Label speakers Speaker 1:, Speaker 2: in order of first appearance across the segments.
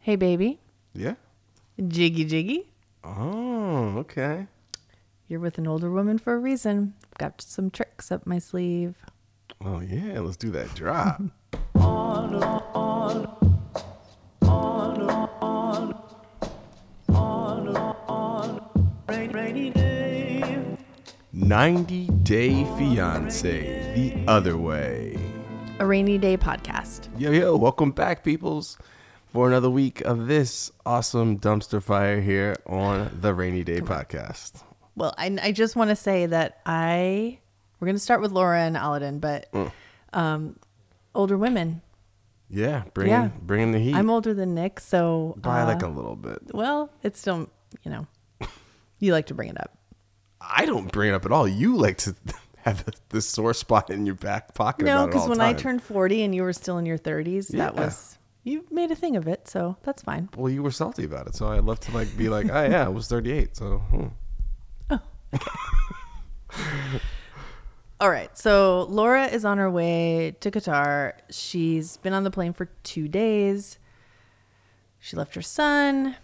Speaker 1: Hey, baby.
Speaker 2: Yeah.
Speaker 1: Jiggy Jiggy.
Speaker 2: Oh, okay.
Speaker 1: You're with an older woman for a reason. Got some tricks up my sleeve.
Speaker 2: Oh yeah, let's do that drop. Ninety Day Fiance, the other way.
Speaker 1: A rainy day podcast.
Speaker 2: Yo yo, welcome back, peoples, for another week of this awesome dumpster fire here on the Rainy Day Podcast.
Speaker 1: Well, I, I just want to say that I we're going to start with Laura and Aladdin, but
Speaker 2: Mm.
Speaker 1: um, older women.
Speaker 2: Yeah, bring
Speaker 1: Yeah.
Speaker 2: bring in the heat.
Speaker 1: I'm older than Nick, so
Speaker 2: by
Speaker 1: uh,
Speaker 2: like a little bit.
Speaker 1: well, it's still you know you like to bring it up.
Speaker 2: I don't bring it up at all. You like to have the, the sore spot in your back pocket.
Speaker 1: No,
Speaker 2: because
Speaker 1: because when I turned 40 and you were still in your 30s, that
Speaker 2: Yeah.
Speaker 1: was you made a thing of it, so that's fine.
Speaker 2: well, you were salty about it, so I love to like be like, oh yeah, I was 38, so hmm.
Speaker 1: All right. So Laura is on her way to Qatar. She's been on the plane for two days. She left her son.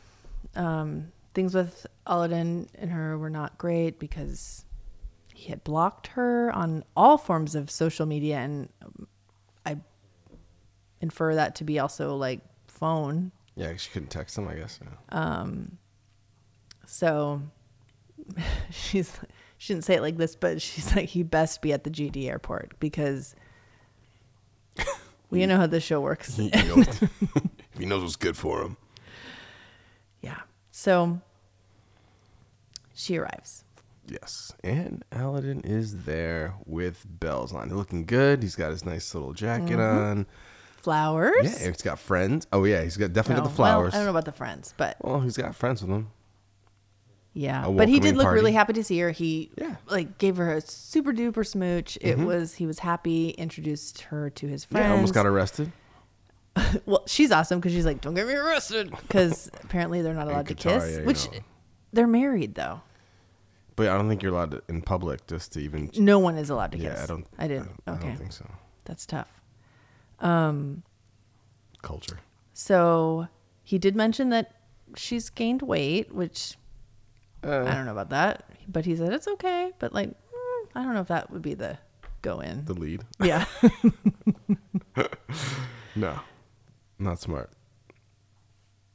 Speaker 1: Um, things with Aladdin and her were not great because he had blocked her on all forms of social media. And um, I infer that to be also like phone.
Speaker 2: yeah, she couldn't text him, I guess. Yeah.
Speaker 1: So she's she didn't say it like this, but she's like he best be at the GD airport because we know how this show works.
Speaker 2: He, you know, he knows what's good for him.
Speaker 1: Yeah. So she arrives.
Speaker 2: Yes, and Aladdin is there with bells on. He's looking good. He's got his nice little jacket
Speaker 1: Mm-hmm.
Speaker 2: on.
Speaker 1: Flowers.
Speaker 2: Yeah, he's got friends. Oh yeah, he's got definitely got
Speaker 1: No,
Speaker 2: the
Speaker 1: well,
Speaker 2: flowers.
Speaker 1: I don't know about the friends, but
Speaker 2: well, he's got friends with him.
Speaker 1: yeah.
Speaker 2: A
Speaker 1: But he did
Speaker 2: welcoming
Speaker 1: look really
Speaker 2: party.
Speaker 1: happy to see her. He
Speaker 2: Yeah. Mm-hmm.
Speaker 1: like gave her a super duper smooch. It was he was happy, introduced her to his friends.
Speaker 2: Yeah, almost got arrested.
Speaker 1: well, she's awesome because she's like, "Don't get me arrested," because apparently they're not allowed to
Speaker 2: Qatar,
Speaker 1: kiss.
Speaker 2: yeah, you
Speaker 1: which
Speaker 2: know.
Speaker 1: they're married though.
Speaker 2: But I don't think you're allowed to, in public just to even.
Speaker 1: No one is allowed to kiss.
Speaker 2: Yeah, I don't.
Speaker 1: I didn't.
Speaker 2: I don't,
Speaker 1: okay,
Speaker 2: I don't think so.
Speaker 1: that's tough.
Speaker 2: Culture.
Speaker 1: So he did mention that she's gained weight, which I don't know about that. But he said it's okay. But like, mm, I don't know if that would be the go in.
Speaker 2: The lead.
Speaker 1: yeah.
Speaker 2: No, not smart.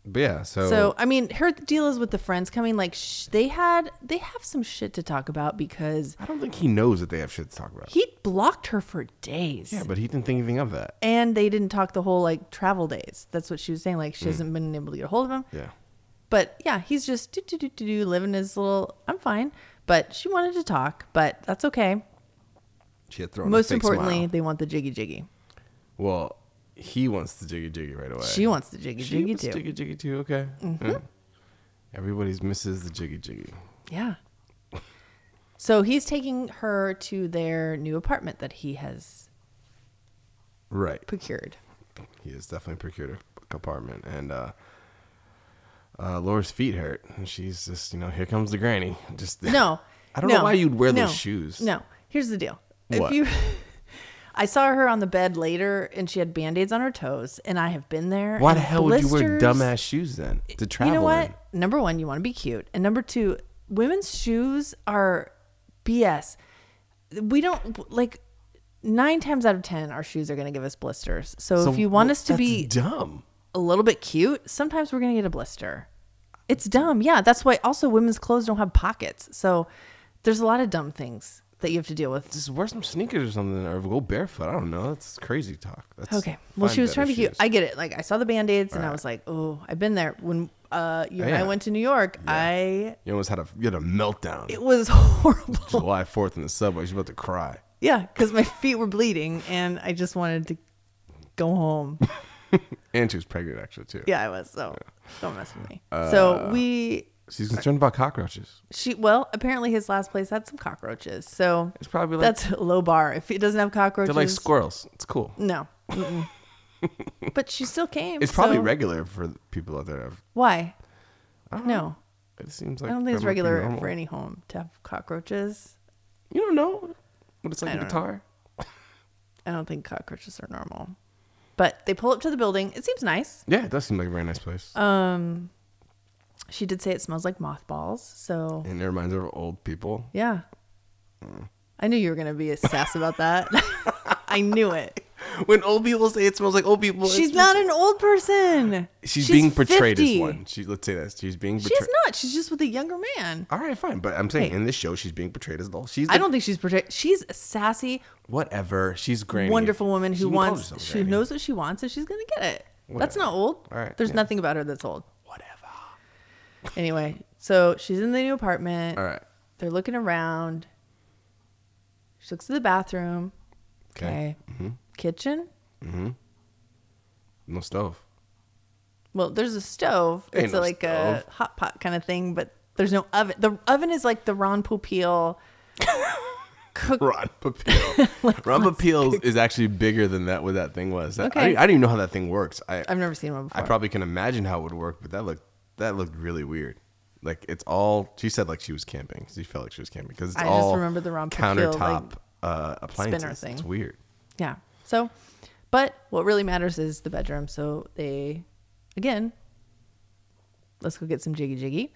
Speaker 2: But yeah, so,
Speaker 1: So I mean, her deal is with the friends coming. Like sh- they had, they have some shit to talk about because
Speaker 2: I don't think he knows that they have shit to talk about.
Speaker 1: he blocked her for days.
Speaker 2: yeah, but he didn't think anything of that.
Speaker 1: and they didn't talk the whole like travel days. That's what she was saying. Like she hasn't been able to get a hold of him.
Speaker 2: Mm. Yeah,
Speaker 1: But yeah, he's just do do do do do living his little. I'm fine. But she wanted to talk, but that's okay.
Speaker 2: she had thrown. a
Speaker 1: Most
Speaker 2: fake
Speaker 1: importantly,
Speaker 2: smile.
Speaker 1: they want the jiggy jiggy.
Speaker 2: well, he wants the jiggy jiggy right away.
Speaker 1: She wants the jiggy
Speaker 2: She
Speaker 1: jiggy
Speaker 2: wants
Speaker 1: too. Mm-hmm.
Speaker 2: Jiggy jiggy too. Okay. Yeah. Everybody's misses the jiggy jiggy.
Speaker 1: Yeah. So he's taking her to their new apartment that he has
Speaker 2: Right.
Speaker 1: procured.
Speaker 2: He has definitely procured a compartment, and uh, uh, Laura's feet hurt, and she's just, you know, here comes the granny. Just
Speaker 1: No.
Speaker 2: I don't
Speaker 1: no,
Speaker 2: know why you'd wear
Speaker 1: no,
Speaker 2: those shoes.
Speaker 1: No. Here's the deal. If
Speaker 2: What?
Speaker 1: you I saw her on the bed later and she had band-aids on her toes and I have been there.
Speaker 2: Why
Speaker 1: and
Speaker 2: the hell would you wear
Speaker 1: blisters-
Speaker 2: dumbass shoes then to travel?
Speaker 1: You know what?
Speaker 2: in?
Speaker 1: Number 1, you want to be cute. And number 2, women's shoes are BS. We don't like 9 times out of 10 our shoes are going to give us blisters. So,
Speaker 2: So
Speaker 1: if you want
Speaker 2: wh-
Speaker 1: us to
Speaker 2: that's
Speaker 1: be
Speaker 2: dumb,
Speaker 1: a little bit cute, sometimes we're going to get a blister. It's dumb. Yeah. That's why also women's clothes don't have pockets. So there's a lot of dumb things that you have to deal with.
Speaker 2: just wear some sneakers or something, or go barefoot. I don't know. That's crazy talk. That's
Speaker 1: Okay. Well,
Speaker 2: find
Speaker 1: she was
Speaker 2: better
Speaker 1: trying to be cute.
Speaker 2: shoes.
Speaker 1: I get it. Like I saw the band aids and I was like, oh, I've been there. When uh, you and
Speaker 2: Yeah.
Speaker 1: I went to New York, I.
Speaker 2: you almost had a you had a meltdown.
Speaker 1: It was horrible.
Speaker 2: July Fourth in the subway. She's about to cry.
Speaker 1: Yeah, because my feet were bleeding and I just wanted to go home.
Speaker 2: And she was pregnant, actually, too.
Speaker 1: Yeah, I was. So don't mess with me.
Speaker 2: Uh,
Speaker 1: so we,
Speaker 2: She's concerned about cockroaches.
Speaker 1: she, well, apparently his last place had some cockroaches. So
Speaker 2: It's probably like
Speaker 1: that's a low bar. If it doesn't have cockroaches,
Speaker 2: they're like squirrels. It's cool.
Speaker 1: no. Mm-mm. but she still came.
Speaker 2: It's probably
Speaker 1: so-
Speaker 2: regular for the people out there.
Speaker 1: Why?
Speaker 2: I don't know.
Speaker 1: No,
Speaker 2: It seems
Speaker 1: I
Speaker 2: like
Speaker 1: don't think
Speaker 2: that
Speaker 1: it's
Speaker 2: might be
Speaker 1: regular
Speaker 2: normal.
Speaker 1: for any home to have cockroaches.
Speaker 2: You don't know what it's like
Speaker 1: I
Speaker 2: a
Speaker 1: don't know.
Speaker 2: guitar.
Speaker 1: I don't think cockroaches are normal. But they pull up to the building. It seems nice.
Speaker 2: Yeah, it does seem like a very nice place.
Speaker 1: Um, she did say it smells like mothballs. So
Speaker 2: and it reminds her of old people.
Speaker 1: yeah, I knew you were gonna be a sass about that. I knew it.
Speaker 2: When old people say it smells like old people, it
Speaker 1: She's
Speaker 2: smells-
Speaker 1: not an old person.
Speaker 2: She's, being portrayed
Speaker 1: 50.
Speaker 2: as one. She let's say that she's being portrayed.
Speaker 1: She's not. She's just with a younger man.
Speaker 2: All right, fine, but I'm saying
Speaker 1: Hey.
Speaker 2: in this show she's being portrayed as the she's the,
Speaker 1: I don't think she's portrayed. She's a sassy,
Speaker 2: whatever. She's granny.
Speaker 1: wonderful woman
Speaker 2: She
Speaker 1: who
Speaker 2: even calls
Speaker 1: wants.
Speaker 2: herself
Speaker 1: She
Speaker 2: granny.
Speaker 1: knows what she wants, and she's gonna get it. That's
Speaker 2: Whatever.
Speaker 1: not old.
Speaker 2: All right,
Speaker 1: There's
Speaker 2: yeah.
Speaker 1: nothing about her that's old.
Speaker 2: whatever.
Speaker 1: Anyway, so she's in the new apartment.
Speaker 2: All right.
Speaker 1: They're looking around. She looks at the bathroom.
Speaker 2: Okay. Mm-hmm.
Speaker 1: Okay. Kitchen.
Speaker 2: No stove.
Speaker 1: Well, there's a stove.
Speaker 2: Ain't
Speaker 1: it's
Speaker 2: no
Speaker 1: like
Speaker 2: stove.
Speaker 1: a hot pot kind of thing, but there's no oven. The oven is like the Ron Popeil cook.
Speaker 2: Ron Papil. Ron Papil is actually bigger than that. What that thing was. That, I,
Speaker 1: Okay.
Speaker 2: didn't- I didn't even know how that thing works. I
Speaker 1: I've never seen one
Speaker 2: I
Speaker 1: before.
Speaker 2: probably can imagine how it would work, but that looked that looked really weird. Like it's all she said. Like she was camping. She felt like she was camping because it's
Speaker 1: I just
Speaker 2: all
Speaker 1: remember the Ron Papil, like,
Speaker 2: countertop uh, appliances.
Speaker 1: thing.
Speaker 2: It's weird.
Speaker 1: yeah. So, but what really matters is the bedroom. So they, again, let's go get some jiggy jiggy.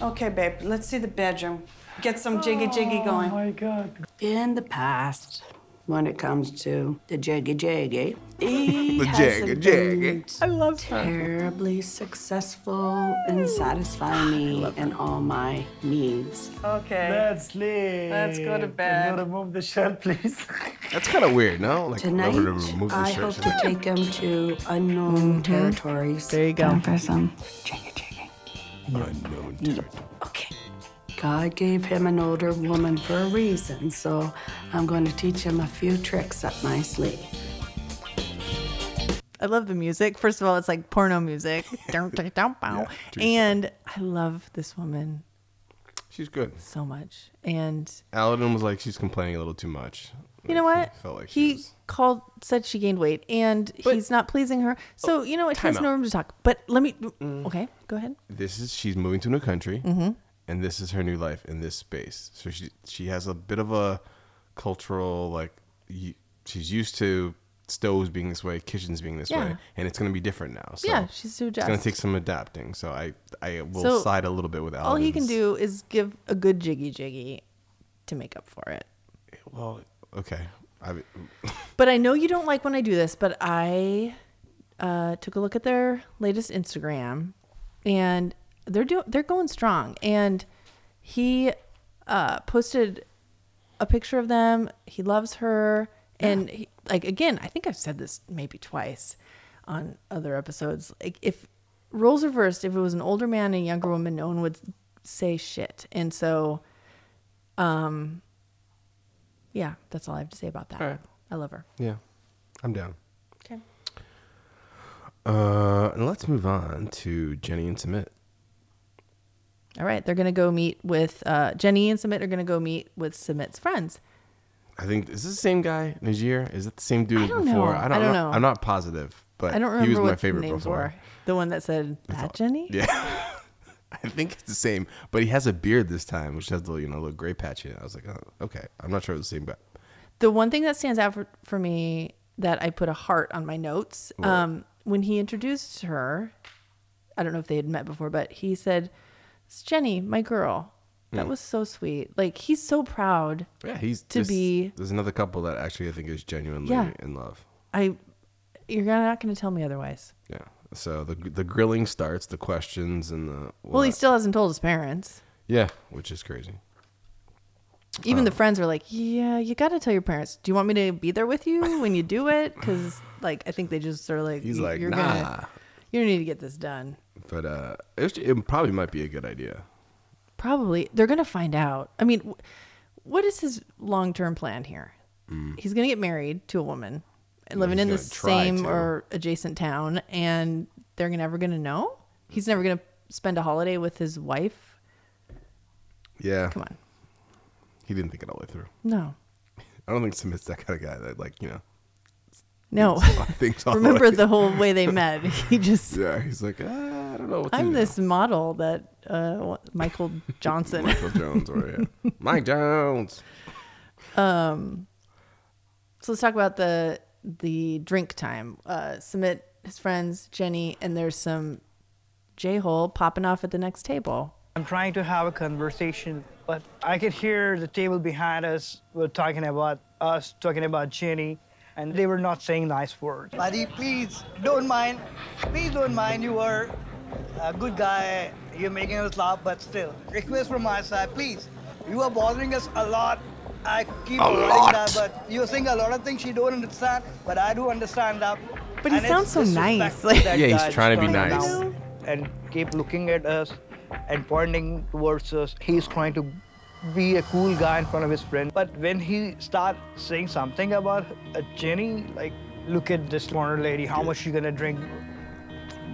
Speaker 3: Okay, babe, let's see the bedroom. Get some jiggy jiggy
Speaker 4: Oh,
Speaker 3: going.
Speaker 4: In the past, when it comes to the jiggy jiggy,
Speaker 2: The
Speaker 4: he
Speaker 2: jiggy
Speaker 4: hasn't
Speaker 2: jiggy.
Speaker 4: been terribly successful in satisfying me in all my needs.
Speaker 3: Okay.
Speaker 5: Let's sleep.
Speaker 3: Let's go to
Speaker 5: Can
Speaker 3: bed.
Speaker 5: you remove the shell, please?
Speaker 2: That's kind of weird, no? Like
Speaker 4: Tonight,
Speaker 2: remember to remove the
Speaker 4: I
Speaker 2: shirt.
Speaker 4: hope to take him to unknown territories.
Speaker 1: There you go.
Speaker 4: Time Mm-hmm. for some jiggy jiggy.
Speaker 2: Unknown territory.
Speaker 4: Okay. God gave him an older woman for a reason, so I'm going to teach him a few tricks up my sleeve.
Speaker 1: I love the music. First of all, it's like porno music. Dun, dun, dun, bow.
Speaker 2: true
Speaker 1: and I love this woman
Speaker 2: She's good.
Speaker 1: so much. And
Speaker 2: Aladdin was like, she's complaining a little too much.
Speaker 1: you know
Speaker 2: Like,
Speaker 1: what?
Speaker 2: He felt like
Speaker 1: he
Speaker 2: she was-
Speaker 1: called, said she gained weight, and he's not pleasing her. So you know what? He
Speaker 2: Oh, time
Speaker 1: has no
Speaker 2: out. Mm.
Speaker 1: room to talk. But let me. Okay, go ahead.
Speaker 2: this is she's moving to a new country,
Speaker 1: Mm-hmm.
Speaker 2: and this is her new life in this space. So she she has a bit of a cultural like y- she's used to stoves being this way, kitchens being this
Speaker 1: Yeah.
Speaker 2: way, and it's going to be different now. So
Speaker 1: Yeah, she's to
Speaker 2: It's going
Speaker 1: adjust.
Speaker 2: to take some adapting. So I I will
Speaker 1: So,
Speaker 2: side a little bit with Aladdin.
Speaker 1: All he can do is give a good jiggy jiggy to make up for it.
Speaker 2: Well, okay. I,
Speaker 1: But I know you don't like when I do this, but I uh, took a look at their latest Instagram, and they're doing they're going strong. And he uh, posted a picture of them. He loves her, and he, like again, I think I've said this maybe twice on other episodes. Like if roles reversed, if it was an older man and a younger woman, no one would say shit. And so, um, yeah, that's all I have to say about that. I love her.
Speaker 2: yeah, I'm down.
Speaker 1: Okay.
Speaker 2: Uh, and let's move on to Jenny and Submit.
Speaker 1: All right, they're gonna go meet with uh, Jenny and Submit are gonna go meet with Submit's friends.
Speaker 2: I think is this the same guy, Najir? Is it the same dude
Speaker 1: I don't
Speaker 2: as before?
Speaker 1: know.
Speaker 2: I don't,
Speaker 1: I don't
Speaker 2: know.
Speaker 1: know.
Speaker 2: I'm not positive, but
Speaker 1: I don't remember
Speaker 2: he was
Speaker 1: what
Speaker 2: my favorite
Speaker 1: the names
Speaker 2: before.
Speaker 1: were. The one that said that Jenny.
Speaker 2: Yeah. I think it's the same, but he has a beard this time, which has the you know little gray patch in it. I was like, oh, okay, I'm not sure it's the same guy.
Speaker 1: The one thing that stands out for, for me that I put a heart on my notes um, when he introduced her. I don't know if they had met before, but he said, "It's Jenny, my girl."
Speaker 2: Hmm.
Speaker 1: That was so sweet. Like he's so proud.
Speaker 2: Yeah, he's
Speaker 1: To
Speaker 2: this-
Speaker 1: be-
Speaker 2: There's another couple that actually I think is genuinely
Speaker 1: Yeah.
Speaker 2: in love.
Speaker 1: I, you're not gonna tell me otherwise.
Speaker 2: Yeah. So the the grilling starts, the questions and the
Speaker 1: Well, he still hasn't told his parents.
Speaker 2: yeah, which is crazy.
Speaker 1: even
Speaker 2: Oh.
Speaker 1: the friends were like, "Yeah, you got to tell your parents. Do you want me to be there with you when you do it?" Because like I think they just sort of like,
Speaker 2: He's
Speaker 1: "You-
Speaker 2: like,
Speaker 1: you're
Speaker 2: "Nah."
Speaker 1: gonna, you don't need to get this done."
Speaker 2: But uh, it, it probably might be a good idea.
Speaker 1: Probably they're gonna find out. I mean, wh- what is his long term plan here? He's gonna get married to a woman and living
Speaker 2: Mm.
Speaker 1: in
Speaker 2: he's
Speaker 1: the
Speaker 2: gonna try
Speaker 1: same
Speaker 2: to.
Speaker 1: or adjacent town, and they're never gonna know. He's never gonna spend a holiday with his wife.
Speaker 2: Yeah.
Speaker 1: Come on,
Speaker 2: He didn't think it all the way through.
Speaker 1: no,
Speaker 2: I don't think Smith's that kind of guy that like you know
Speaker 1: no.
Speaker 2: thinks all
Speaker 1: Remember
Speaker 2: the way.
Speaker 1: the whole way they met. He just
Speaker 2: yeah. He's like ah, I don't know what to
Speaker 1: I'm
Speaker 2: do."
Speaker 1: this model that uh, wa- Michael Johnson.
Speaker 2: Michael Jones or yeah. Mike Jones.
Speaker 1: so let's talk about the the drink time. Uh, Submit, his friends, Jenny, and there's some J hole popping off at the next table.
Speaker 6: I'm trying to have a conversation, but I could hear the table behind us were talking about us, talking about Jenny, and they were not saying nice words.
Speaker 7: Buddy, please don't mind. Please don't mind. You are a good guy. You're making us laugh, but still, request from my side, please. You are bothering us a lot. I keep avoiding that, but you're saying a lot of things she don't understand, but I do understand that.
Speaker 1: But he
Speaker 7: And it's
Speaker 1: sounds so nice,
Speaker 7: disrespectful
Speaker 1: like-
Speaker 7: that
Speaker 2: Yeah, he's
Speaker 7: guy
Speaker 2: trying to be
Speaker 7: turned
Speaker 2: nice.
Speaker 7: down.
Speaker 6: And keep looking at us and pointing towards us. He's trying to be a cool guy in front of his friend. But when he starts saying something about uh, Jenny, like, look at this corner lady, how much she gonna drink?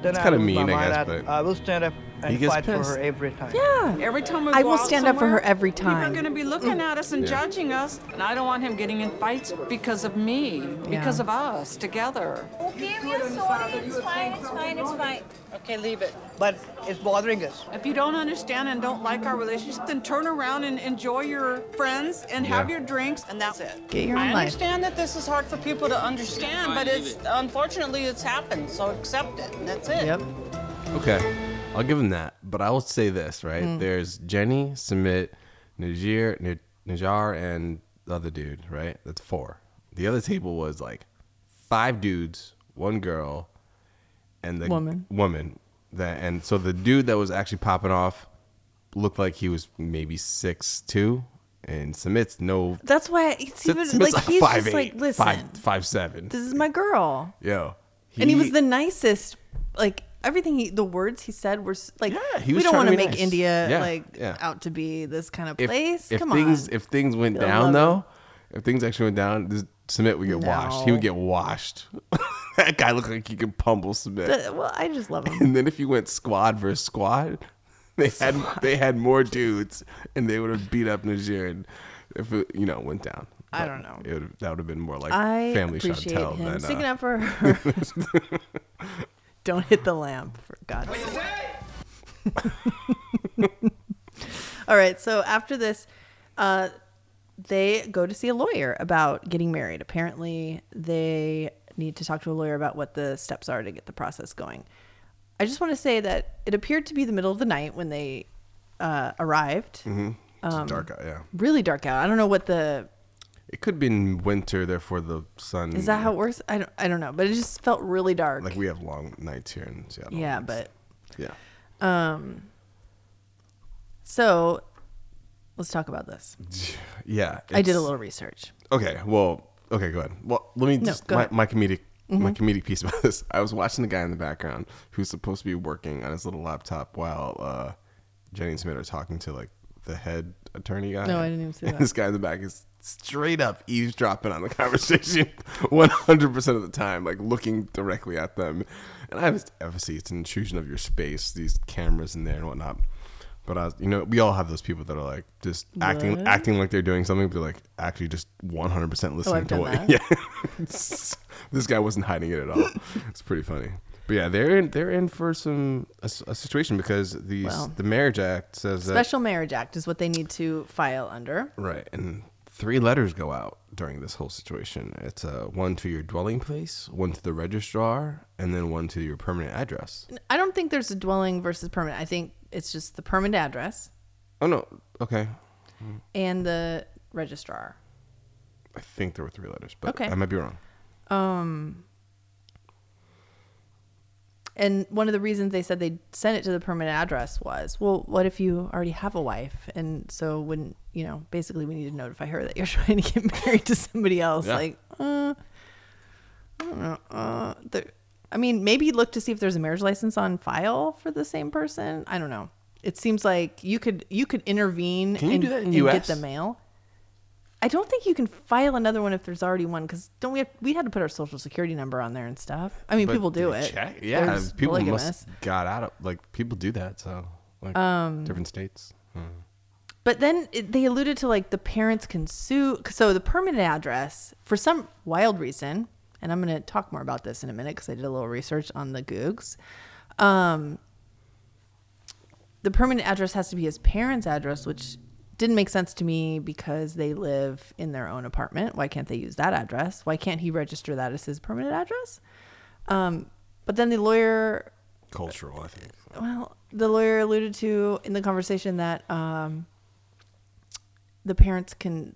Speaker 6: Then
Speaker 2: It's
Speaker 6: I
Speaker 2: kinda
Speaker 6: lose my
Speaker 2: mean, I
Speaker 6: mind.
Speaker 2: guess, but-
Speaker 6: I will stand up
Speaker 2: He
Speaker 6: and
Speaker 2: gets
Speaker 6: fight for
Speaker 2: pissed.
Speaker 6: her every time.
Speaker 1: Yeah.
Speaker 3: Every time we
Speaker 1: I
Speaker 3: go
Speaker 1: will
Speaker 3: out
Speaker 1: stand up for
Speaker 3: somewhere,
Speaker 1: her every time.
Speaker 3: People are going to be looking at us and
Speaker 2: Yeah.
Speaker 3: judging us, and I don't want him getting in fights because of me, because of us together.
Speaker 8: Okay, we are sorry. It's fine. It's fine. It's fine.
Speaker 7: Okay, leave it. But it's bothering us.
Speaker 3: If you don't understand and don't like our relationship, then turn around and enjoy your friends and have
Speaker 2: Yeah.
Speaker 3: your drinks, and that's it.
Speaker 1: Get your
Speaker 7: I
Speaker 1: own life.
Speaker 7: understand that this is hard for people to understand, but it's unfortunately it's happened, so accept it, and that's it.
Speaker 1: Yep.
Speaker 2: Okay, I'll give him that. But I will say this, right?
Speaker 1: Mm.
Speaker 2: There's Jenny, Submit, Najir, N- Najar, and the other dude, right? That's four. The other table was like five dudes, one girl, and the
Speaker 1: Woman.
Speaker 2: Woman. That and so the dude that was actually popping off looked like he was maybe six two, and Submit's no.
Speaker 1: That's why it's even
Speaker 2: Submit's
Speaker 1: like he's
Speaker 2: five
Speaker 1: just like,
Speaker 2: eight,
Speaker 1: listen,
Speaker 2: five- five seven.
Speaker 1: this is my girl.
Speaker 2: Yo,
Speaker 1: and he was the nicest. Like everything, he the words he said were s- like,
Speaker 2: Yeah, he
Speaker 1: we
Speaker 2: was
Speaker 1: don't
Speaker 2: trying
Speaker 1: want
Speaker 2: to
Speaker 1: to
Speaker 2: be
Speaker 1: make
Speaker 2: nice.
Speaker 1: India
Speaker 2: Yeah,
Speaker 1: like
Speaker 2: yeah.
Speaker 1: out to be this kind of
Speaker 2: if,
Speaker 1: place.
Speaker 2: if
Speaker 1: Come
Speaker 2: things
Speaker 1: on,
Speaker 2: if things went down though, if things actually went down, this Submit would get washed. He
Speaker 1: No.
Speaker 2: would get washed. that guy looked like he could pummel Submit.
Speaker 1: Uh, well, I just love him.
Speaker 2: and then if you went squad versus squad, they had they had more dudes, and they would have beat up Nigerian if it you know went down.
Speaker 1: I
Speaker 2: But
Speaker 1: don't know.
Speaker 2: It would, that would have been more like
Speaker 1: I
Speaker 2: family
Speaker 1: appreciate
Speaker 2: Chantel
Speaker 1: him
Speaker 2: than
Speaker 1: sticking
Speaker 2: uh,
Speaker 1: up for her. don't hit the lamp, for God's sake. All right, so after this, uh, they go to see a lawyer about getting married. Apparently, they need to talk to a lawyer about what the steps are to get the process going. I just want to say that it appeared to be the middle of the night when they uh, arrived.
Speaker 2: it's
Speaker 1: um,
Speaker 2: dark out. Yeah,
Speaker 1: Really dark out. I don't know what the
Speaker 2: it could have been winter, therefore the sun.
Speaker 1: is that how it works. I don't. I don't know, but it just felt really dark.
Speaker 2: Mm. Like we have long nights here in Seattle.
Speaker 1: yeah, but
Speaker 2: yeah.
Speaker 1: so let's talk about this.
Speaker 2: Yeah,
Speaker 1: I did a
Speaker 2: it's-
Speaker 1: little research.
Speaker 2: Okay, well, okay, go ahead. Well, let me just
Speaker 1: go
Speaker 2: my,
Speaker 1: ahead. Mm-hmm.
Speaker 2: my comedic my comedic piece about this. I was watching the guy in the background who's supposed to be working on his little laptop while uh, Jenny and Smith are talking to like the head attorney guy.
Speaker 1: No, I didn't even see
Speaker 2: And
Speaker 1: that.
Speaker 2: This guy in the back is straight up eavesdropping on the conversation 100% of the time, like looking directly at them. And I was obviously it's an intrusion of your space, these cameras in there and whatnot. But I was, you know, we all have those people that are like just acting acting like they're doing something, but they're like actually just 100% listening
Speaker 1: Oh, I've
Speaker 2: to
Speaker 1: done
Speaker 2: what.
Speaker 1: that.
Speaker 2: Yeah, this guy wasn't hiding it at all. It's pretty funny. But yeah, they're in, they're in for some a, s- a situation because the s-
Speaker 1: Well.
Speaker 2: the Marriage Act says that
Speaker 1: Special Marriage Act is what they need to file under.
Speaker 2: Right, and three letters go out during this whole situation. It's uh, one to your dwelling place, one to the registrar, and then one to your permanent address.
Speaker 1: I don't think there's a dwelling versus permanent. I think it's just the permanent address
Speaker 2: Oh no, okay.
Speaker 1: and the registrar.
Speaker 2: I think there were three letters, but
Speaker 1: Okay.
Speaker 2: I might be wrong.
Speaker 1: Um, And one of the reasons they said they sent it to the permanent address was, well, what if you already have a wife? And so wouldn't, you know, basically we need to notify her that you're trying to get married to somebody else.
Speaker 2: Yeah.
Speaker 1: Like, uh, I don't know. Uh, there, I mean, maybe look to see if there's a marriage license on file for the same person. I don't know. It seems like you could you could intervene
Speaker 2: Can you
Speaker 1: and,
Speaker 2: do that in
Speaker 1: and
Speaker 2: US?
Speaker 1: get the mail. I don't think you can file another one if there's already one because don't we have, we had to put our social security number on there and stuff. I mean,
Speaker 2: But
Speaker 1: people
Speaker 2: did
Speaker 1: do
Speaker 2: they
Speaker 1: it.
Speaker 2: check? Yeah,
Speaker 1: There's
Speaker 2: people
Speaker 1: polygamous. Um,
Speaker 2: must got out of like people do that. So like different states. Hmm.
Speaker 1: But then it, they alluded to like the parents can sue. So the permanent address, for some wild reason, and I'm going to talk more about this in a minute because I did a little research on the Googs. Um, the permanent address has to be his parents' address, which didn't make sense to me because they live in their own apartment. Why can't they use that address? Why can't he register that as his permanent address? Um, but then the lawyer
Speaker 2: Cultural, I think.
Speaker 1: well, the lawyer alluded to in the conversation that um, the parents can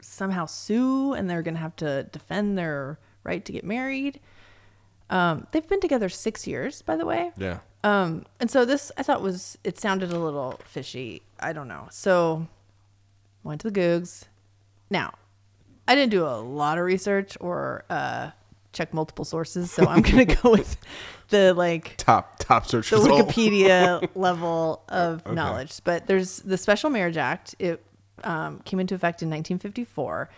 Speaker 1: somehow sue and they're going to have to defend their right to get married. Um, they've been together six years, by the way.
Speaker 2: Yeah.
Speaker 1: Um, and so this I thought was it sounded a little fishy. I don't know. So went to the Googs. Now, I didn't do a lot of research or uh, check multiple sources, so I'm gonna go with the like
Speaker 2: Top top search
Speaker 1: the
Speaker 2: result.
Speaker 1: Wikipedia level of knowledge. But there's the Special Marriage Act. It um, came into effect in 1954,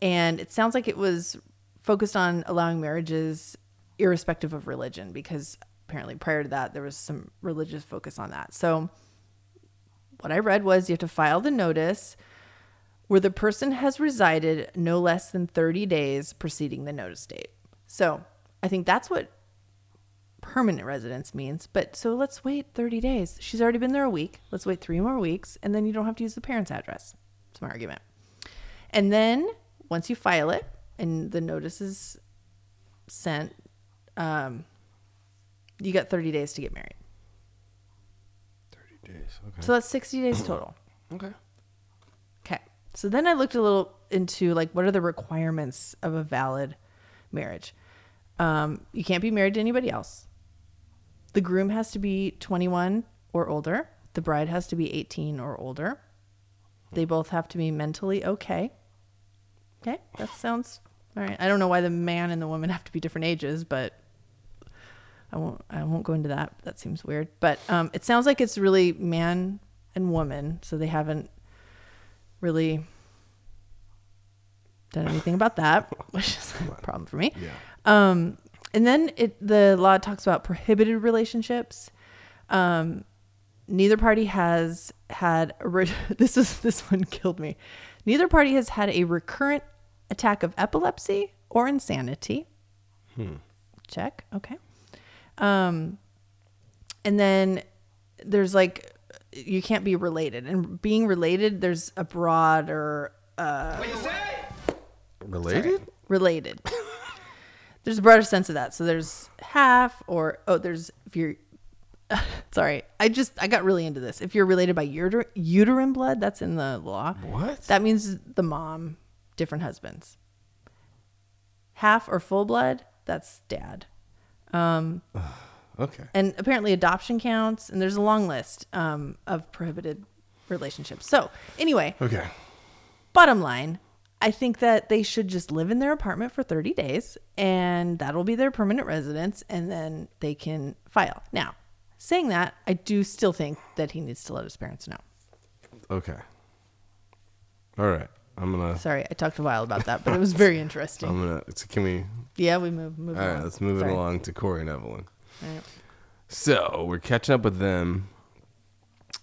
Speaker 1: and it sounds like it was focused on allowing marriages irrespective of religion, because apparently prior to that there was some religious focus on that. So what I read was you have to file the notice where the person has resided no less than 30 days preceding the notice date. So I think that's what permanent residence means. But so let's wait 30 days. She's already been there a week. Let's wait three more weeks, and then you don't have to use the parents' address. It's my argument. And then once you file it and the notice is sent, um, you got 30 days to get married.
Speaker 2: Thirty days. Okay.
Speaker 1: So that's 60 days total.
Speaker 2: Okay.
Speaker 1: Okay. So then I looked a little into like what are the requirements of a valid marriage. Um, you can't be married to anybody else. The groom has to be 21 or older. The bride has to be 18 or older. They both have to be mentally okay. Okay, that sounds all right. I don't know why the man and the woman have to be different ages, but I won't. I won't go into that. That seems weird. But um, it sounds like it's really man and woman, so they haven't really done anything about that, which is a problem for me.
Speaker 2: Yeah.
Speaker 1: Um, and then it the law talks about prohibited relationships. Um, neither party has had a re- this is this one killed me. Neither party has had a recurrent attack of epilepsy or insanity. Check. Okay. Um, and then there's like you can't be related, and being related, there's a broader
Speaker 2: Related?
Speaker 1: related. there's a broader sense of that. So there's half or oh, there's if you're sorry, I just I got really into this. If you're related by uter- uterine blood, that's in the law.
Speaker 2: What?
Speaker 1: That means the mom, different husbands. Half or full blood, that's dad.
Speaker 2: Okay.
Speaker 1: And apparently adoption counts, and there's a long list um, of prohibited relationships. So anyway,
Speaker 2: Okay.
Speaker 1: bottom line, I think that they should just live in their apartment for 30 days and that'll be their permanent residence and then they can file. Now, saying that, I do still think that he needs to let his parents know.
Speaker 2: Okay. All right. I'm gonna.
Speaker 1: Sorry, I talked a while about that, but it was very interesting.
Speaker 2: I'm gonna. so Can we?
Speaker 1: Yeah, we move move
Speaker 2: Um, All right.
Speaker 1: along.
Speaker 2: Let's move
Speaker 1: Sorry.
Speaker 2: it along to Corey and Evelyn.
Speaker 1: All right.
Speaker 2: So we're catching up with them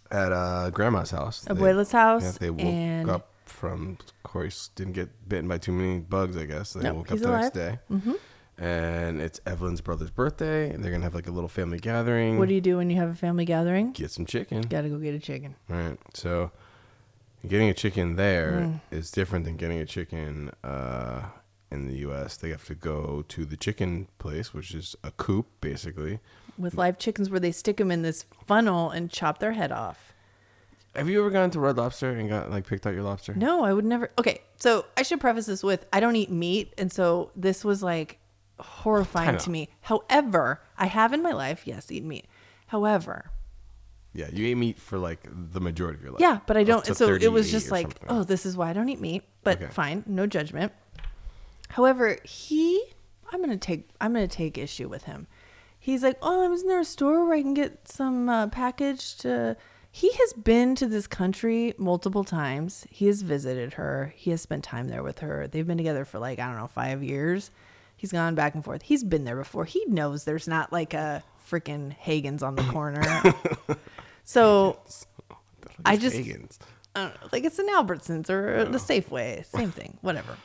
Speaker 2: at uh, grandma's house.
Speaker 1: Abuela's house,
Speaker 2: Yeah, they woke
Speaker 1: and-
Speaker 2: up from. Of course, didn't get bitten by too many bugs. I guess they
Speaker 1: Nope,
Speaker 2: woke up
Speaker 1: he's
Speaker 2: the next
Speaker 1: alive. Mm-hmm.
Speaker 2: day. And it's Evelyn's brother's birthday, and they're gonna have like a little family gathering.
Speaker 1: What do you do when you have a family gathering?
Speaker 2: get some chicken?
Speaker 1: Got to go get a chicken.
Speaker 2: Right. So getting a chicken there is
Speaker 1: Hmm.
Speaker 2: different than getting a chicken uh, in the U.S. They have to go to the chicken place, which is a coop, basically.
Speaker 1: With live chickens where they stick them in this funnel and chop their head off.
Speaker 2: Have you ever gone to Red Lobster and got like picked out your lobster?
Speaker 1: No, I would never. Okay, so I should preface this with I don't eat meat, and so this was like horrifying
Speaker 2: Kinda.
Speaker 1: to me. However, I have in my life, yes, eaten meat. However,
Speaker 2: Yeah, you ate meat for like the majority of your life.
Speaker 1: yeah, but I
Speaker 2: Up
Speaker 1: don't.
Speaker 2: to
Speaker 1: And so it was
Speaker 2: 38
Speaker 1: just
Speaker 2: or
Speaker 1: like,
Speaker 2: something.
Speaker 1: oh, this is why I don't eat meat. But
Speaker 2: Okay.
Speaker 1: fine, no judgment. However, he, I'm gonna take, I'm gonna take issue with him. He's like, oh, isn't there a store where I can get some uh, packaged? Uh... He has been to this country multiple times. He has visited her. He has spent time there with her. They've been together for like I don't know five years. He's gone back and forth. He's been there before. He knows there's not like a freaking Hagen's on the corner. so I just-
Speaker 2: Vegans.
Speaker 1: I don't know, like it's an Albertsons or the Safeway, same thing, whatever.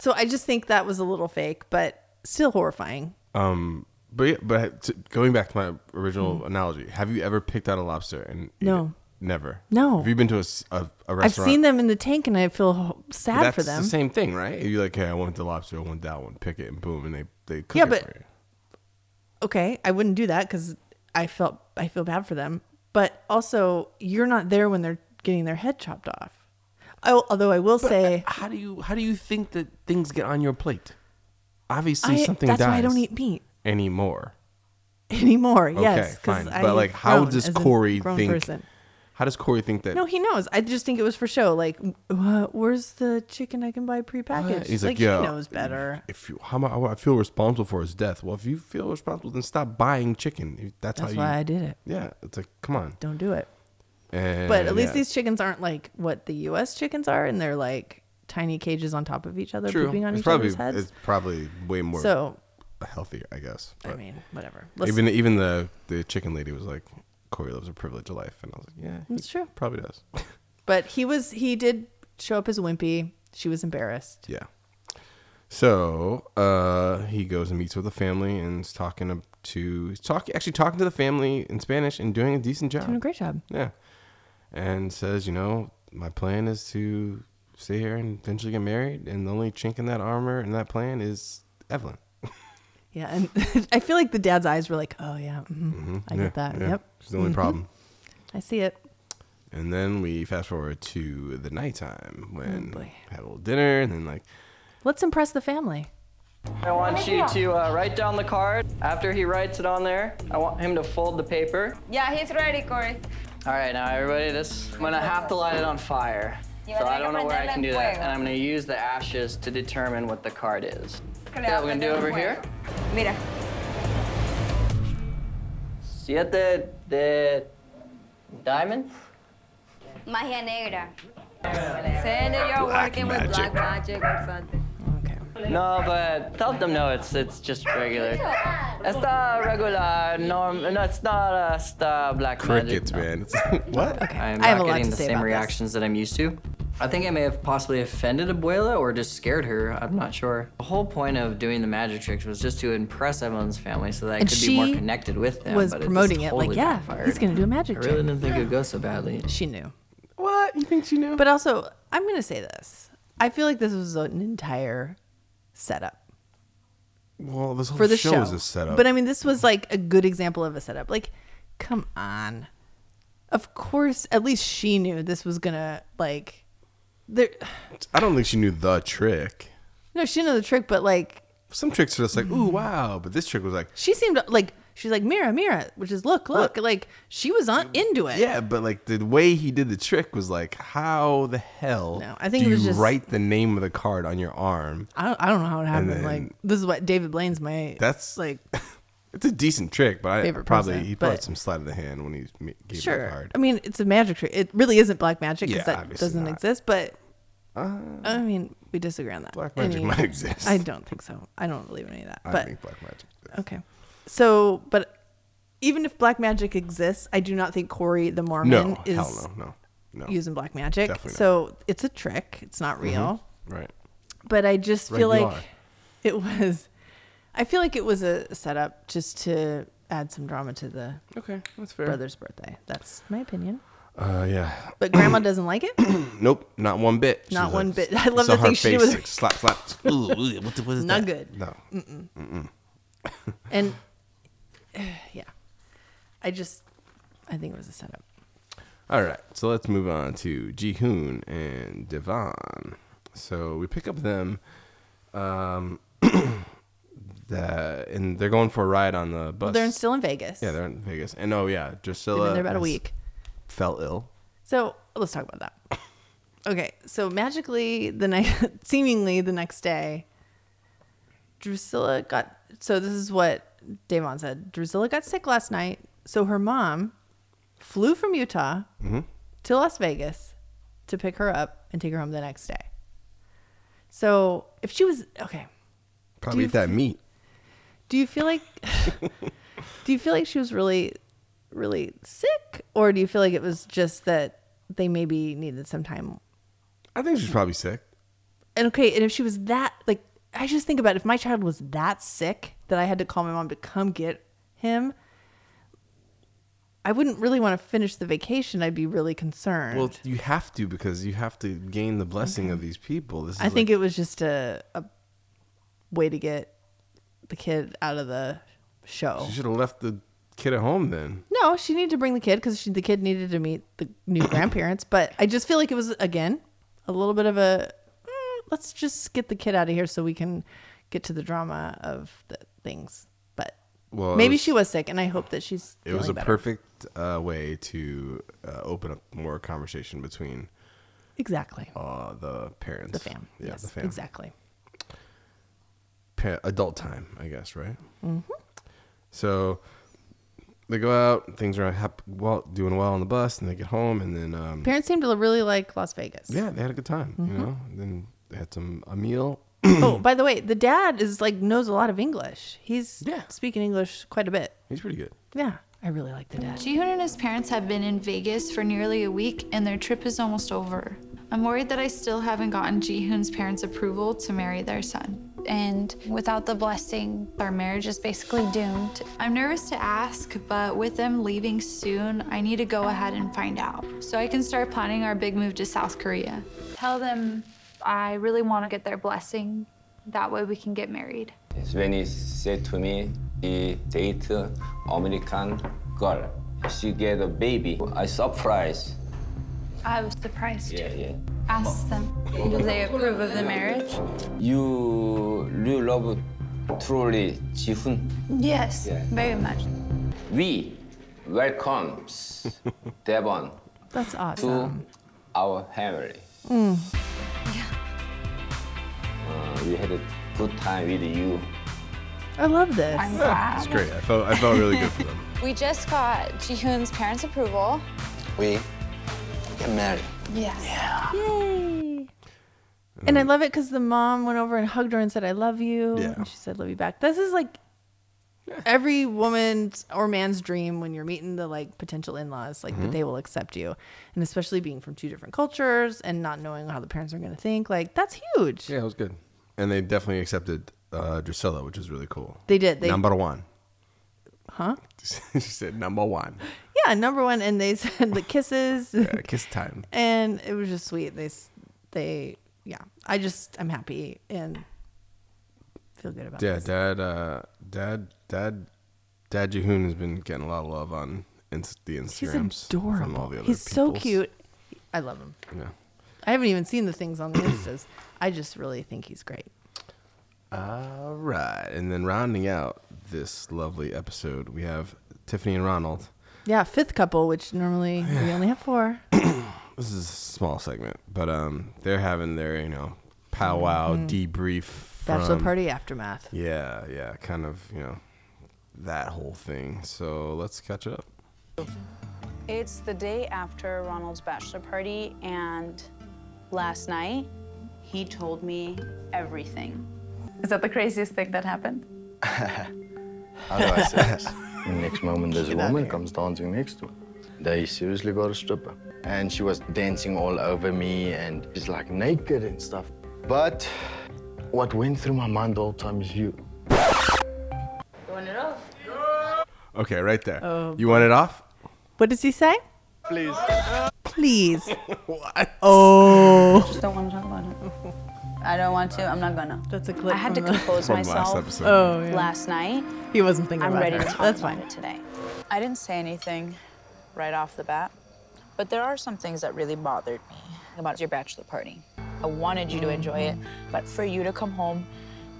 Speaker 1: So I just think that was a little fake, but still horrifying.
Speaker 2: Um, but yeah, but to, going back to my original analogy, have you ever picked out a lobster and ate
Speaker 1: Hmm. No.
Speaker 2: it? Never.
Speaker 1: No.
Speaker 2: Have you been to a, s- a- a
Speaker 1: I've
Speaker 2: restaurant?
Speaker 1: seen them in the tank and I feel h- sad
Speaker 2: That's
Speaker 1: for them.
Speaker 2: the same thing, right? You're like, hey, I want the lobster, I want that one, pick it, and boom, and they they cook
Speaker 1: Yeah,
Speaker 2: it
Speaker 1: but-
Speaker 2: for you.
Speaker 1: okay, I wouldn't do that because I felt I feel bad for them. But also, you're not there when they're getting their head chopped off. I, although I will say,
Speaker 2: How do you how do you think that things get on your plate? Obviously,
Speaker 1: I,
Speaker 2: something
Speaker 1: that's
Speaker 2: dies
Speaker 1: why I don't eat meat
Speaker 2: anymore.
Speaker 1: anymore.
Speaker 2: Okay,
Speaker 1: yes,
Speaker 2: fine.
Speaker 1: 'cause
Speaker 2: But
Speaker 1: I've
Speaker 2: like, how
Speaker 1: grown as
Speaker 2: does
Speaker 1: a
Speaker 2: Corey
Speaker 1: grown
Speaker 2: think?
Speaker 1: person.
Speaker 2: How does Corey think that?
Speaker 1: No, he knows. I just think it was for show. Like, "Uh, where's the chicken I can buy prepackaged?
Speaker 2: He's like,
Speaker 1: he
Speaker 2: yeah.
Speaker 1: knows better.
Speaker 2: If you, how am I, I feel responsible for his death. Well, if you feel responsible, then stop buying chicken. If That's,
Speaker 1: That's
Speaker 2: how
Speaker 1: why
Speaker 2: you.
Speaker 1: I did it.
Speaker 2: yeah, it's like come on.
Speaker 1: Don't do it.
Speaker 2: And,
Speaker 1: But at least
Speaker 2: yeah.
Speaker 1: these chickens aren't like what the U.S. chickens are, and they're like tiny cages on top of each other,
Speaker 2: True.
Speaker 1: pooping on
Speaker 2: it's
Speaker 1: each
Speaker 2: probably
Speaker 1: other's heads.
Speaker 2: it's probably way more
Speaker 1: So
Speaker 2: healthier, I guess.
Speaker 1: I
Speaker 2: But
Speaker 1: mean, whatever. Let's,
Speaker 2: even even the the chicken lady was like, Corey lives a privileged life, and I was like, yeah, he
Speaker 1: It's true.
Speaker 2: Probably does.
Speaker 1: but he was he did show up as wimpy. She was embarrassed.
Speaker 2: yeah. So uh, he goes and meets with the family and is talking to he's talk actually talking to the family in Spanish and doing a decent job.
Speaker 1: Doing a great job.
Speaker 2: Yeah. And says, you know, my plan is to stay here and eventually get married. And the only chink in that armor and that plan is Evelyn.
Speaker 1: Yeah, and I feel like the dad's eyes were like, "Oh yeah, mhm,
Speaker 2: Mm-hmm.
Speaker 1: I get that. Yep, Mm-hmm.
Speaker 2: She's the only problem.
Speaker 1: I see it."
Speaker 2: And then we fast forward to the nighttime when
Speaker 1: Oh, boy.
Speaker 2: we had a little dinner and then like
Speaker 1: Let's impress the family.
Speaker 9: I want you to uh, write down the card. After he writes it on there, I want him to fold the paper.
Speaker 8: Yeah, he's ready, Corey.
Speaker 9: All right, now everybody, this I'm gonna have to light it on fire.
Speaker 8: You
Speaker 9: So
Speaker 8: wanna
Speaker 9: I
Speaker 8: make
Speaker 9: don't
Speaker 8: a
Speaker 9: know where I
Speaker 8: prender
Speaker 9: can do
Speaker 8: fuego.
Speaker 9: that, and I'm gonna use the ashes to determine what the card is. Yeah, we're gonna do over here.
Speaker 8: Mira.
Speaker 9: Siete de diamond.
Speaker 8: Magia negra. Saying that you're working with black magic or something.
Speaker 1: Okay.
Speaker 9: No, but tell them no. It's it's just regular. Esta regular. No, no, it's not uh, esta black
Speaker 2: crickets,
Speaker 9: magic. no.
Speaker 2: man. It's what?
Speaker 9: I'm
Speaker 1: I have
Speaker 9: not
Speaker 1: a lot
Speaker 9: getting
Speaker 1: to
Speaker 9: the
Speaker 1: say
Speaker 9: same
Speaker 1: about this.
Speaker 9: reactions that I'm used to. I think I may have possibly offended Abuela or just scared her. I'm not sure. The whole point of doing the magic tricks was just to impress Evelyn's family so that I
Speaker 1: And
Speaker 9: could be more
Speaker 1: she
Speaker 9: connected with them.
Speaker 1: was
Speaker 9: but
Speaker 1: promoting
Speaker 9: just
Speaker 1: it, like,
Speaker 9: totally
Speaker 1: yeah,
Speaker 9: backfired.
Speaker 1: he's gonna do a magic
Speaker 9: I really
Speaker 1: trick.
Speaker 9: didn't think it would go so badly.
Speaker 1: She knew.
Speaker 2: What? You think she knew?
Speaker 1: But also, I'm gonna say this. I feel like this was an entire setup.
Speaker 2: well, this whole
Speaker 1: for the
Speaker 2: show,
Speaker 1: show,
Speaker 2: is a setup.
Speaker 1: But I mean, this was like a good example of a setup. Like, come on. Of course, at least she knew this was gonna like. There,
Speaker 2: I don't think she knew the trick.
Speaker 1: no, she knew the trick, but like
Speaker 2: Some tricks are just like, ooh, wow. But this trick was like,
Speaker 1: she seemed like she's like Mira, Mira, which is look, look, like she was on into it.
Speaker 2: Yeah, but like the way he did the trick was like, how the hell
Speaker 1: No, I think
Speaker 2: do
Speaker 1: it was
Speaker 2: you
Speaker 1: just-
Speaker 2: write the name of the card on your arm?
Speaker 1: I don't, I don't know how it happened.
Speaker 2: then-
Speaker 1: like this is what David Blaine's my.
Speaker 2: That's-
Speaker 1: like
Speaker 2: It's a decent trick, but I
Speaker 1: Favorite
Speaker 2: probably
Speaker 1: person,
Speaker 2: he probably had
Speaker 1: but-
Speaker 2: some sleight of the hand when he ma- gave her the
Speaker 1: sure.
Speaker 2: card.
Speaker 1: I mean, it's a magic trick. It really isn't black magic
Speaker 2: Yeah,
Speaker 1: because that
Speaker 2: obviously
Speaker 1: doesn't
Speaker 2: not. Uh,
Speaker 1: exist. But I mean, we disagree on that.
Speaker 2: Black
Speaker 1: I
Speaker 2: magic
Speaker 1: mean,
Speaker 2: might exist.
Speaker 1: I don't think so. I don't believe in any of that.
Speaker 2: I
Speaker 1: but
Speaker 2: think black magic. exists.
Speaker 1: Okay. So, but even if black magic exists, I do not think Corey the Mormon
Speaker 2: No,
Speaker 1: is
Speaker 2: hell no, no, no.
Speaker 1: using black magic.
Speaker 2: Definitely not.
Speaker 1: So it's a trick. It's not real.
Speaker 2: right.
Speaker 1: But I just feel
Speaker 2: Right, you
Speaker 1: like
Speaker 2: are.
Speaker 1: it was. I feel like it was a setup just to add some drama to the
Speaker 2: Okay, that's fair.
Speaker 1: brother's birthday. That's my opinion.
Speaker 2: Uh, yeah.
Speaker 1: But grandma doesn't like it.
Speaker 2: Nope, not one bit. She
Speaker 1: Not
Speaker 2: was
Speaker 1: one
Speaker 2: like-
Speaker 1: bit. I love
Speaker 2: saw
Speaker 1: the thing
Speaker 2: her
Speaker 1: she
Speaker 2: face,
Speaker 1: was-
Speaker 2: like, slap, slap. Ooh, ooh, what, the- what is
Speaker 1: Not
Speaker 2: that?
Speaker 1: good.
Speaker 2: No.
Speaker 1: And yeah, I just I think it was a setup.
Speaker 2: All right, so let's move on to Jihoon and Devon. So we pick up them, um, the, and they're going for a ride on the bus.
Speaker 1: Well, they're still in Vegas.
Speaker 2: yeah, they're in Vegas, and oh yeah,
Speaker 1: They've
Speaker 2: Drusilla
Speaker 1: been there about a
Speaker 2: has-
Speaker 1: week.
Speaker 2: Fell ill.
Speaker 1: So let's talk about that. Okay, so magically the night, seemingly the next day, Drusilla got. So this is what Davon said. Drusilla got sick last night, so her mom flew from Utah
Speaker 2: Mm-hmm.
Speaker 1: to Las Vegas to pick her up and take her home the next day. So if she was okay,
Speaker 2: Probably
Speaker 1: you-
Speaker 2: ate that meat.
Speaker 1: do you feel like do you feel like she was really really sick or do you feel like it was just that they maybe needed some time
Speaker 2: I think she's probably sick.
Speaker 1: and okay and if she was that like i just think about if my child was that sick that i had to call my mom to come get him I wouldn't really want to finish the vacation. I'd be really concerned.
Speaker 2: Well, you have to because you have to gain the blessing of these people. This is
Speaker 1: I think it was just a, a way to get the kid out of the show.
Speaker 2: you should have left the kid at home then.
Speaker 1: No, she needed to bring the kid because the kid needed to meet the new grandparents. But I just feel like it was again a little bit of a "Mm, let's just get the kid out of here so we can get to the drama of the things. But
Speaker 2: Well, it
Speaker 1: maybe
Speaker 2: was-
Speaker 1: she was sick, and I hope that she's.
Speaker 2: It was
Speaker 1: feeling
Speaker 2: a
Speaker 1: better.
Speaker 2: perfect uh, way to uh, open up more conversation between
Speaker 1: exactly
Speaker 2: uh, the parents,
Speaker 1: the fam.
Speaker 2: yeah,
Speaker 1: yes,
Speaker 2: the fam,
Speaker 1: exactly.
Speaker 2: Pa- adult time, I guess, right? Mm-hmm. So they go out, things are hap- well, doing well on the bus, and they get home, and then um,
Speaker 1: Parents seem to really like Las Vegas.
Speaker 2: yeah, they had a good time,
Speaker 1: Mm-hmm.
Speaker 2: you know. And then they had some a meal.
Speaker 1: oh, by the way, the dad is like knows a lot of English. He's
Speaker 2: Yeah.
Speaker 1: speaking English quite a bit.
Speaker 2: He's pretty good.
Speaker 1: Yeah, I really like the dad.
Speaker 10: Jihoon and his parents have been in Vegas for nearly a week and their trip is almost over. I'm worried that I still haven't gotten Jihoon's parents' approval to marry their son. And without the blessing, our marriage is basically doomed. I'm nervous to ask, but with them leaving soon, I need to go ahead and find out so I can start planning our big move to South Korea. Tell them I really want to get their blessing. That way we can get married.
Speaker 11: When he said to me, he date American girl. She get a baby. I surprised.
Speaker 10: I was surprised.
Speaker 11: Yeah, yeah.
Speaker 10: Ask them.
Speaker 8: Do they approve of the marriage?
Speaker 11: You, you love truly Jihun.
Speaker 10: Yes,
Speaker 11: Yeah.
Speaker 10: very much.
Speaker 11: We welcomes Devon
Speaker 1: That's
Speaker 11: to
Speaker 1: awesome.
Speaker 11: Um, our family.
Speaker 1: Mm.
Speaker 11: Uh, we had a good time with you.
Speaker 1: I love this.
Speaker 10: I'm glad.
Speaker 2: It's great. I felt I felt really good for them.
Speaker 10: We just got Jihoon's parents' approval.
Speaker 11: We get married.
Speaker 10: Yes.
Speaker 1: Yay. And I love it because the mom went over and hugged her and said, I love you.
Speaker 2: Yeah.
Speaker 1: And she said, Love you back. This is like every woman's or man's dream when you're meeting the like potential in laws, like
Speaker 2: Mm-hmm.
Speaker 1: that they will accept you. And especially being from two different cultures and not knowing how the parents are going to think. Like, that's huge.
Speaker 2: Yeah, it was good. And they definitely accepted uh, Drusilla, which is really cool.
Speaker 1: They did. They,
Speaker 2: number one.
Speaker 1: huh?
Speaker 2: she said number one.
Speaker 1: Yeah, number one. And they said the kisses.
Speaker 2: Yeah, kiss time.
Speaker 1: and it was just sweet. They, s- they, yeah. I just, I'm happy and feel good about
Speaker 2: Yeah,
Speaker 1: this.
Speaker 2: dad, uh, dad, dad, dad Jehoon has been getting a lot of love on inst- the
Speaker 1: He's
Speaker 2: Instagrams
Speaker 1: adorable.
Speaker 2: from all the other
Speaker 1: He's so
Speaker 2: peoples.
Speaker 1: cute. I love him.
Speaker 2: Yeah.
Speaker 1: I haven't even seen the things on the instas. I just really think he's great.
Speaker 2: All right, and then rounding out this lovely episode, we have Tiffany and Ronald.
Speaker 1: Yeah, fifth couple, which normally we only have four.
Speaker 2: This is a small segment, but um, they're having their you know powwow
Speaker 1: Mm-hmm.
Speaker 2: debrief
Speaker 1: Bachelor
Speaker 2: from-
Speaker 1: party aftermath.
Speaker 2: Yeah, yeah, kind of you know that whole thing. So let's catch up.
Speaker 12: It's the day after Ronald's bachelor party, and last night he told me everything.
Speaker 13: Is that the craziest thing that happened?
Speaker 14: How do I say this? The next moment, there's a woman comes dancing next to me. They seriously got a stripper. And she was dancing all over me and she's like naked and stuff. But what went through my mind the whole time is you.
Speaker 2: Okay, right there.
Speaker 1: Oh,
Speaker 2: you want it off?
Speaker 1: What does he say?
Speaker 14: Please.
Speaker 1: Please. what? Oh.
Speaker 12: Just don't want to talk about it. I don't want to. I'm not gonna.
Speaker 1: That's a clip.
Speaker 12: I had to
Speaker 1: from the-
Speaker 12: compose
Speaker 1: From last
Speaker 12: myself
Speaker 1: episode. Oh, yeah.
Speaker 12: last night.
Speaker 1: He wasn't thinking
Speaker 12: I'm
Speaker 1: about
Speaker 12: ready
Speaker 1: her.
Speaker 12: to talk
Speaker 1: That's
Speaker 12: about
Speaker 1: fine.
Speaker 12: it today. I didn't say anything right off the bat, but there are some things that really bothered me about your bachelor party. I wanted you to enjoy it, but for you to come home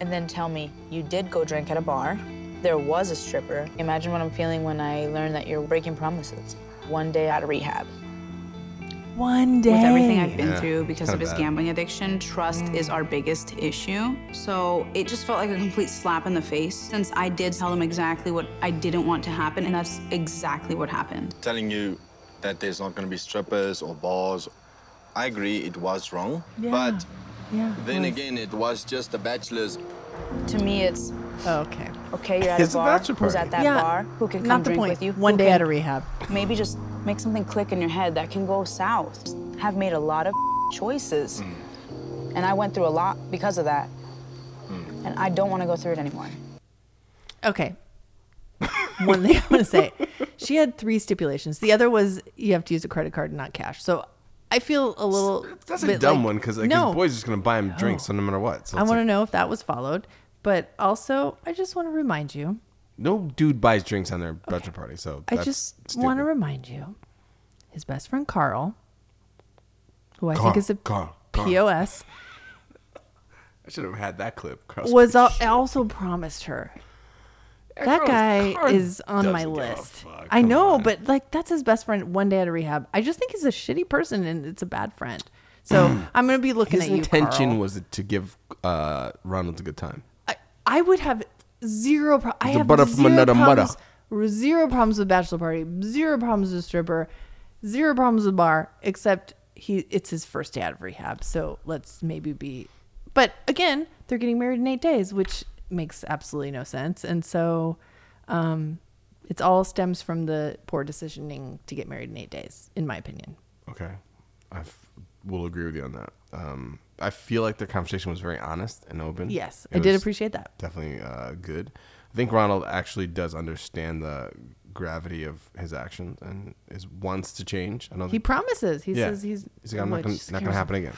Speaker 12: and then tell me you did go drink at a bar, there was a stripper. Imagine what I'm feeling when I learn that you're breaking promises. One day out of rehab.
Speaker 1: One day.
Speaker 12: With everything I've been
Speaker 1: Yeah,
Speaker 12: through because of
Speaker 1: kinda
Speaker 12: his
Speaker 1: bad.
Speaker 12: gambling addiction, trust is our biggest issue. So it just felt like a complete slap in the face since I did tell him exactly what I didn't want to happen, and that's exactly what happened.
Speaker 14: Telling you that there's not gonna be strippers or bars. I agree, it was wrong. But
Speaker 1: yeah.
Speaker 14: then again, it was just the bachelor's.
Speaker 12: To me, it's
Speaker 1: Oh, okay.
Speaker 12: Okay, you're at
Speaker 14: It's
Speaker 12: a
Speaker 14: a
Speaker 12: bar.
Speaker 14: bachelor
Speaker 12: Who's
Speaker 14: party.
Speaker 12: at that
Speaker 1: Yeah,
Speaker 12: bar? Who can come
Speaker 1: Not the
Speaker 12: drink
Speaker 1: point.
Speaker 12: with you?
Speaker 1: One
Speaker 12: Who
Speaker 1: day
Speaker 12: can-
Speaker 1: out of rehab.
Speaker 12: Maybe just make something click in your head that can go south. Just Have made a lot of choices, and I went through a lot because of that, and I don't want to go through it anymore.
Speaker 1: Okay. one thing I want to say. She had three stipulations. The other was you have to use a credit card, not cash. So I feel a little.
Speaker 2: That's a
Speaker 1: bit
Speaker 2: dumb
Speaker 1: like-
Speaker 2: one because like,
Speaker 1: no,
Speaker 2: his boy's just gonna buy him
Speaker 1: No.
Speaker 2: drinks so no matter what. So
Speaker 1: I
Speaker 2: it's
Speaker 1: want to
Speaker 2: like,
Speaker 1: know if that was followed. But also, I just want to remind you.
Speaker 2: no dude buys drinks on their bachelor party. So
Speaker 1: I
Speaker 2: that's
Speaker 1: just
Speaker 2: stupid.
Speaker 1: want to remind you, his best friend Carl, who I
Speaker 2: Carl,
Speaker 1: think is a
Speaker 2: Carl, Carl.
Speaker 1: pos,
Speaker 2: I should have had that clip. Cross-
Speaker 1: was al- also promised her. That
Speaker 2: Carl's-
Speaker 1: guy
Speaker 2: Carl
Speaker 1: is on my
Speaker 2: doesn't give a
Speaker 1: list.
Speaker 2: fuck,
Speaker 1: I
Speaker 2: come
Speaker 1: know, but like that's his best friend. One day at a rehab, I just think he's a shitty person and it's a bad friend. So I'm gonna be looking
Speaker 2: His
Speaker 1: at you.
Speaker 2: intention
Speaker 1: Carl.
Speaker 2: was to give uh, Ronald a good time.
Speaker 1: I would have zero. Pro- I
Speaker 2: The
Speaker 1: have
Speaker 2: butter from
Speaker 1: zero
Speaker 2: another mother.
Speaker 1: problems. Zero problems with bachelor party. Zero problems with stripper. Zero problems with bar. Except he, it's his first day out of rehab. So let's maybe be. But again, they're getting married in eight days, which makes absolutely no sense. And so, um, it's all stems from the poor decisioning to get married in eight days, in my opinion.
Speaker 2: Okay, I f- will agree with you on that. Um, I feel like their conversation was very honest and open.
Speaker 1: Yes, I did
Speaker 2: was
Speaker 1: appreciate that.
Speaker 2: Definitely uh, good. I think Ronald actually does understand the gravity of his actions and is wants to change. I don't
Speaker 1: He
Speaker 2: think-
Speaker 1: promises. He says he's-
Speaker 2: like, I'm
Speaker 1: which
Speaker 2: not gonna, not gonna
Speaker 1: scares
Speaker 2: happen
Speaker 1: me.
Speaker 2: again.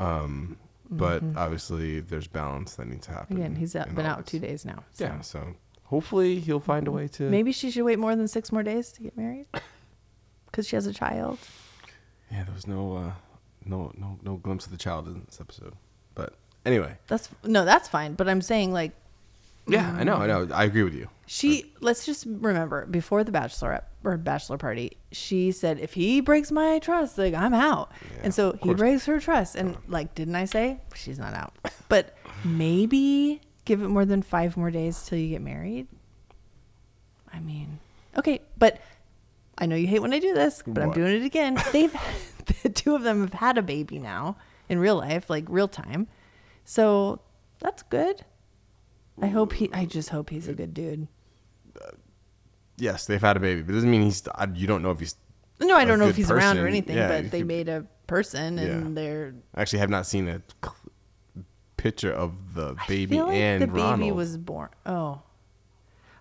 Speaker 2: Um, but
Speaker 1: Mhm.
Speaker 2: obviously there's balance that needs to happen.
Speaker 1: Again, he's out,
Speaker 2: in
Speaker 1: been
Speaker 2: all
Speaker 1: out
Speaker 2: this.
Speaker 1: two days now.
Speaker 2: Yeah, so hopefully he'll find a way to
Speaker 1: Maybe she should wait more than six more days to get married because she has a child.
Speaker 2: Yeah, there was no uh, no no no glimpse of the child in this episode. But anyway,
Speaker 1: That's no, that's fine. But I'm saying like,
Speaker 2: yeah, I know, I know, I agree with you.
Speaker 1: She let's just remember before the bachelorette or bachelor party, she said if he breaks my trust, like I'm out. and so he breaks her trust, and like didn't I say she's not out? But maybe give it more than five more days till you get married. I mean, okay, but I know you hate when I do this, but I'm
Speaker 15: What?
Speaker 1: doing it again. They've the two of them have had a baby now in real life, like real time. So that's good. I hope he. I just hope he's a good dude.
Speaker 2: Yes, they've had a baby, but it doesn't mean he's. I, you don't know if he's.
Speaker 1: No, I
Speaker 2: a
Speaker 1: don't know
Speaker 2: good
Speaker 1: if he's around or
Speaker 2: person.
Speaker 1: anything,
Speaker 2: Yeah,
Speaker 1: but
Speaker 2: you
Speaker 1: they
Speaker 2: could-
Speaker 1: made a person and they're.
Speaker 2: I actually have not seen a cl- picture of the baby
Speaker 1: feel like
Speaker 2: and
Speaker 1: the baby
Speaker 2: Ronald.
Speaker 1: was born. Oh,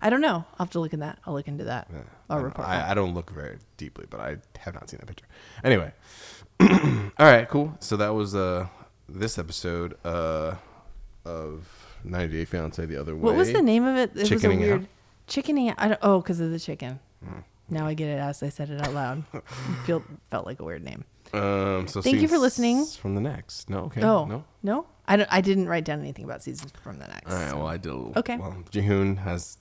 Speaker 1: I don't know. I'll have to look in that. I'll look into that. I'll report. back.
Speaker 2: Uh, I, I don't look very deeply, but I have not seen that picture. Anyway, all right, cool. So that was uh this episode uh of 90 Day Fiance the other way.
Speaker 1: what was the name of it? It was a
Speaker 2: Chickening Out. Hmm.
Speaker 1: weird chickening. Out. I don't, oh, because of the chicken. Now I get it as I said it out loud. It feel, felt like a weird name.
Speaker 2: Um, so
Speaker 1: Thank you for
Speaker 2: scenes
Speaker 1: listening.
Speaker 2: From the next, no, okay,
Speaker 1: oh
Speaker 2: no.
Speaker 1: no, I don't. I didn't write down anything about seasons from the next.
Speaker 2: All right, well, I did a little.
Speaker 1: Okay.
Speaker 2: Well, Jihoon has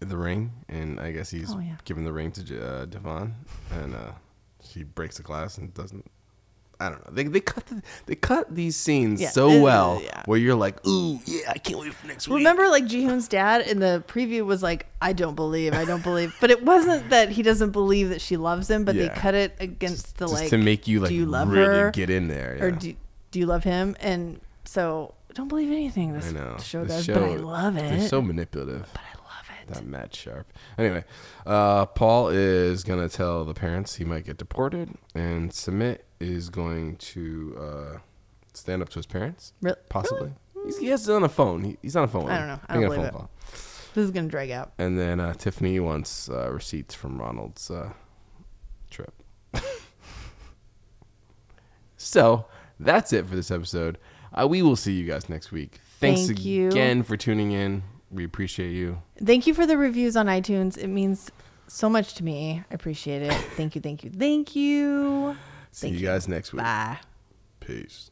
Speaker 2: the ring, and I guess he's
Speaker 1: Oh, yeah.
Speaker 2: giving the ring to J- uh, Devon, and uh, she breaks the glass and doesn't. I don't know. They, they cut the, they cut these scenes
Speaker 1: Yeah,
Speaker 2: so
Speaker 1: uh,
Speaker 2: well
Speaker 1: yeah.
Speaker 2: where you're like, ooh, yeah, I can't wait for next week.
Speaker 1: Remember, like Jihoon's dad in the preview was like, "I don't believe, I don't believe," but it wasn't that he doesn't believe that she loves him, but
Speaker 2: Yeah.
Speaker 1: they cut it against the
Speaker 2: Just
Speaker 1: like
Speaker 2: to make you like
Speaker 1: do you love
Speaker 2: really
Speaker 1: her
Speaker 2: get in there.
Speaker 1: or
Speaker 2: yeah.
Speaker 1: do do you love him? And so, don't believe anything this
Speaker 2: I know.
Speaker 1: show
Speaker 2: The
Speaker 1: does, but I
Speaker 2: show-
Speaker 1: love it.
Speaker 2: They're so manipulative. But I love it. That Matt Sharp. Anyway, uh, Paul is going to tell the parents he might get deported, and Submit is going to uh, stand up to his parents.
Speaker 1: Re-
Speaker 2: Possibly. He's, he has it on a phone. He, he's on a phone. with
Speaker 1: I
Speaker 2: him.
Speaker 1: don't know. I
Speaker 2: Making
Speaker 1: don't
Speaker 2: a
Speaker 1: believe
Speaker 2: phone
Speaker 1: it.
Speaker 2: call.
Speaker 1: This is gonna drag out.
Speaker 2: And then uh, Tiffany wants uh, receipts from Ronald's uh, trip. so that's it for this episode. Uh, we will see you guys next week. Thanks
Speaker 1: Thank you.
Speaker 2: again for tuning in. We appreciate you.
Speaker 1: Thank you for the reviews on iTunes. It means so much to me. I appreciate it. Thank you, thank you, thank you.
Speaker 2: See you guys next week.
Speaker 1: Bye.
Speaker 2: Peace.